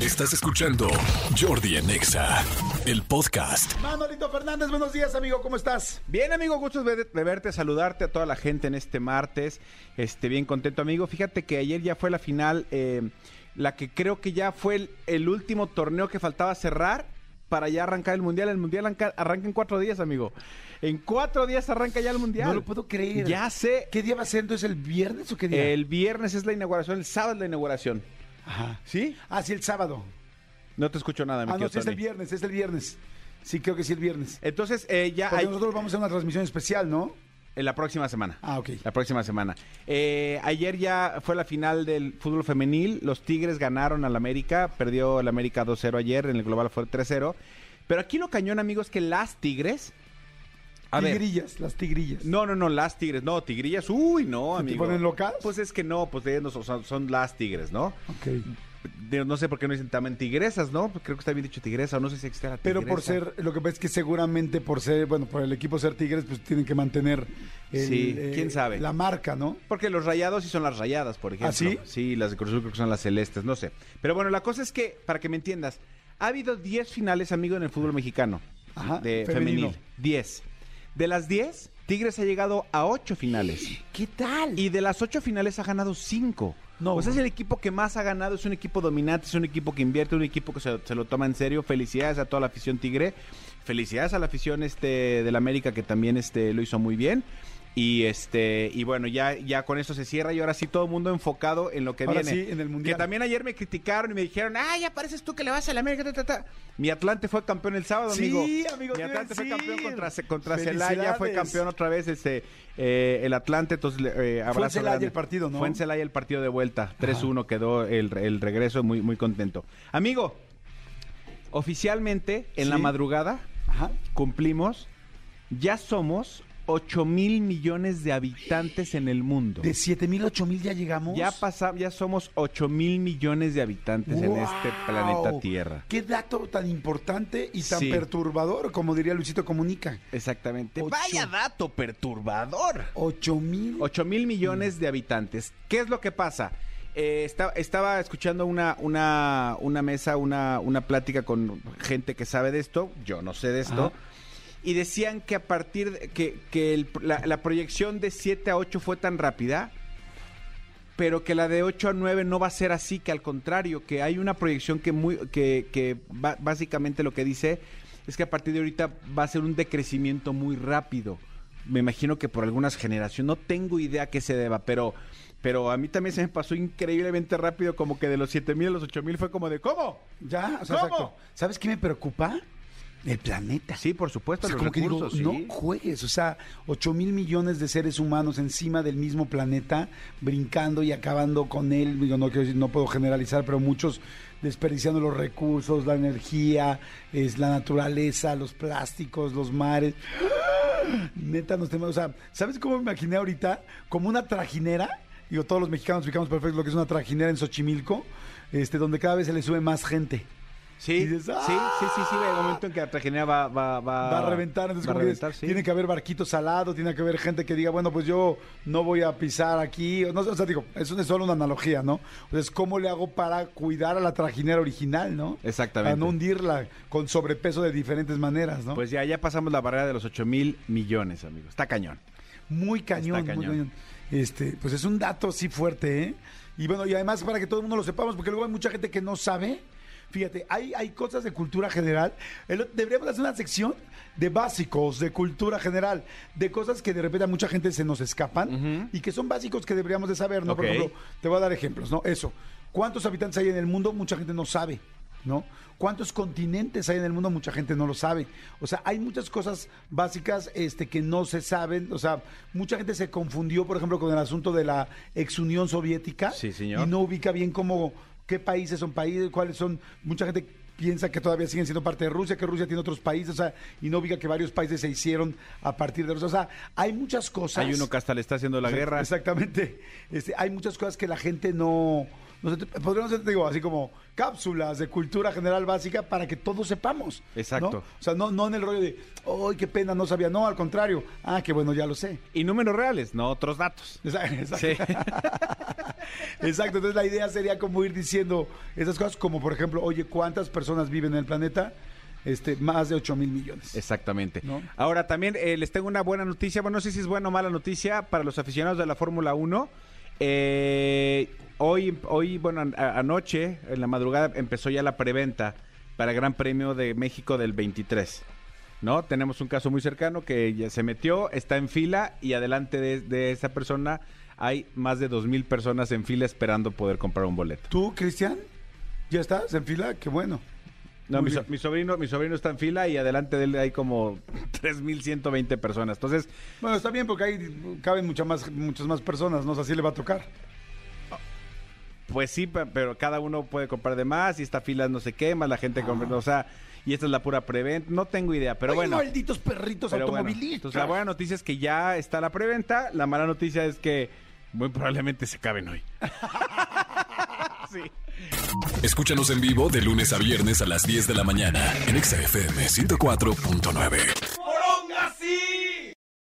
Estás escuchando Jordi en Exa, el podcast. Manolito Fernández, buenos días, amigo, ¿cómo estás? Bien, amigo, gusto de de verte, saludarte a toda la gente en este martes. Este, bien contento, amigo. Fíjate que ayer ya fue la final, eh, la que creo que ya fue el, el último torneo que faltaba cerrar para ya arrancar el mundial. El mundial arranca, arranca en cuatro días, amigo. En cuatro días arranca ya el mundial. No lo puedo creer. Ya sé. ¿Qué día va a ser entonces? ¿El viernes o qué día? El viernes es la inauguración, el sábado es la inauguración. Ajá. ¿Sí? Ah, sí, el sábado. No te escucho nada, mi Ah, no, tío sí, es el Tony. viernes, es el viernes. Sí, creo que sí, el viernes. Entonces, eh, ya Porque hay- Pues nosotros vamos a hacer una transmisión especial, ¿no? en la próxima semana. Ah, ok. La próxima semana. Eh, ayer ya fue la final del fútbol femenil. Los Tigres ganaron al América. Perdió el América 2-0 ayer. En el global fue 3-0. Pero aquí lo cañón, amigos, que las Tigres. A ver. tigrillas, las tigrillas. No, no, no, las Tigres. No, Tigrillas. Uy, no, ¿Se te amigo. ponen locas? Pues es que no, pues ellas no son- son, son las Tigres, ¿no? Ok. De- no sé por qué no dicen también tigresas, ¿no? Creo que está bien dicho tigresa, o no sé si existe la tigresa. Pero por ser, lo que pasa es que seguramente por ser, bueno, por el equipo ser tigres, pues tienen que mantener. el, eh, Sí, quién sabe. La marca, ¿no? Porque los rayados sí son las rayadas, por ejemplo. ¿Ah, sí? Sí, las de Cruz Azul creo que son las celestes, no sé. Pero bueno, la cosa es que, para que me entiendas, ha habido 10 finales, amigo, en el fútbol mexicano. Ajá, De femenino. femenil. 10. De las 10, Tigres ha llegado a 8 finales. ¿Qué tal? Y de las 8 finales ha ganado 5. No, o sea, es bueno. el equipo que más ha ganado, es un equipo dominante, es un equipo que invierte, un equipo que se, se lo toma en serio. Felicidades a toda la afición tigre. Felicidades a la afición este del América que también este lo hizo muy bien. Y este y bueno, ya ya con esto se cierra y ahora sí todo el mundo enfocado en lo que Ahora viene. sí, en el Mundial. Que también ayer me criticaron y me dijeron, "Ah, ya pareces tú que le vas al América." ta, ta, ta". Mi Atlante fue campeón el sábado, Sí, amigo. amigo, Mi te iba a Atlante fue decir. campeón contra contra Celaya, fue Felicidades. campeón otra vez este eh, el Atlante, entonces le- eh, Fue en abrazo Celaya grande. el partido, ¿no? Fue en Celaya el partido de vuelta. 3-1 quedó el, re- el regreso, muy, muy contento. Amigo, oficialmente en Sí. la madrugada Ajá. cumplimos, ya somos 8 mil millones de habitantes en el mundo. De 7 mil, 8 mil ya llegamos. Ya, pasa, ya somos 8 mil millones de habitantes en este ¡Guau! planeta Tierra. Qué dato tan importante y tan Sí. perturbador, como diría Luisito Comunica. Exactamente. Ocho. Vaya dato perturbador. 8 mil. 8 mil millones de habitantes. ¿Qué es lo que pasa? Eh, esta- estaba escuchando una, una, una mesa, una, una plática con gente que sabe de esto, yo no sé de esto, Ajá. y decían que a partir de, que, que el- la, la proyección de 7 a 8 fue tan rápida, pero que la de 8 a 9 no va a ser así, que al contrario, que hay una proyección que, muy, que, que ba- básicamente lo que dice es que a partir de ahorita va a ser un decrecimiento muy rápido. Me imagino que por algunas generaciones, no tengo idea que se deba, pero, pero a mí también se me pasó increíblemente rápido, como que de los 7000 a los 8000 fue como de ¿cómo? Ya, o sea, ¿Cómo? exacto. ¿Sabes qué me preocupa? El planeta. Sí, por supuesto, O sea, los como que digo, recursos, sí. no juegues, o sea, 8 mil millones de seres humanos encima del mismo planeta, brincando y acabando con él. Digo, no, quiero decir- no puedo generalizar, pero muchos desperdiciando los recursos, la energía, es la naturaleza, los plásticos, los mares. Neta, nos tenemos, o sea, ¿sabes cómo me imaginé ahorita? Como una trajinera. Digo, todos los mexicanos ubicamos perfecto lo que es una trajinera en Xochimilco, este, donde cada vez se le sube más gente. Sí, Y dices, sí, sí, sí, sí, el momento en que Cartagena va, va, va, va a reventar. Entonces, va a como que reventar, dices, sí. tiene que haber barquitos al lado, tiene que haber gente que diga, bueno, pues yo no voy a pisar aquí. O, no, sé, o sea, digo, eso es solo una analogía, ¿no? O sea, es cómo le hago para cuidar a la trajinera original, ¿no? Exactamente. Para no hundirla con sobrepeso de diferentes maneras, ¿no? Pues ya, ya pasamos la barrera de los 8 mil millones, amigos. Está cañón. Muy cañón, Está muy cañón. cañón. Este, pues es un dato sí fuerte, ¿eh? Y bueno, y además para que todo el mundo lo sepamos, porque luego hay mucha gente que no sabe. Fíjate, hay, hay cosas de cultura general. El- deberíamos hacer una sección de básicos, de cultura general, de cosas que de repente a mucha gente se nos escapan y que son básicos que deberíamos de saber, ¿no? Por Ok. ejemplo, te voy a dar ejemplos, ¿no? Eso. ¿Cuántos habitantes hay en el mundo? Mucha gente no sabe, ¿no? ¿Cuántos continentes hay en el mundo? Mucha gente no lo sabe. O sea, hay muchas cosas básicas este, que no se saben. O sea, mucha gente se confundió, por ejemplo, con el asunto de la ex Unión Soviética. Sí, señor. Y no ubica bien cómo, qué países son países, cuáles son. Mucha gente piensa que todavía siguen siendo parte de Rusia, que Rusia tiene otros países, o sea, y no ubica que varios países se hicieron a partir de Rusia. O sea, hay muchas cosas. Hay uno que hasta le está haciendo la Exact- guerra. Exactamente. Este, hay muchas cosas que la gente no. no se- podríamos decir, te digo, así como cápsulas de cultura general básica para que todos sepamos. ¿no? Exacto. O sea, no, no en el rollo de, ¡ay, qué pena, no sabía! No, al contrario. Ah, qué bueno, ya lo sé. Y números reales, no otros datos. Exacto. exacto. Sí. Exacto, entonces la idea sería como ir diciendo esas cosas, como por ejemplo, oye, ¿cuántas personas viven en el planeta? Este, más de 8 mil millones. Exactamente. ¿No? Ahora también eh, les tengo una buena noticia. Bueno, no sé si es buena o mala noticia para los aficionados de la Fórmula 1. Eh, hoy, hoy, bueno, an- a- anoche, en la madrugada, empezó ya la preventa para Gran Premio de México del 23. ¿No? Tenemos un caso muy cercano que ya se metió, está en fila y adelante de, de esa persona hay más de 2.000 personas en fila esperando poder comprar un boleto. ¿Tú, Cristian? ¿Ya estás en fila? Qué bueno. No, Muy mi, so- bien. mi sobrino, mi sobrino está en fila y adelante de él hay como 3.120 personas. Entonces, Bueno, está bien porque ahí caben muchas más, muchas más personas, ¿no? O sea, así le va a tocar. pues sí, pe- pero cada uno puede comprar de más y esta fila no se quema, la gente compra, o sea, y esta es la pura preventa. No tengo idea, pero Ay, bueno. malditos perritos pero bueno. automovilistas. Entonces, la buena noticia es que ya está la preventa, la mala noticia es que muy probablemente se caben hoy. sí. Escúchanos en vivo de lunes a viernes a las 10 de la mañana en Exa FM 104.9. Moronga sí.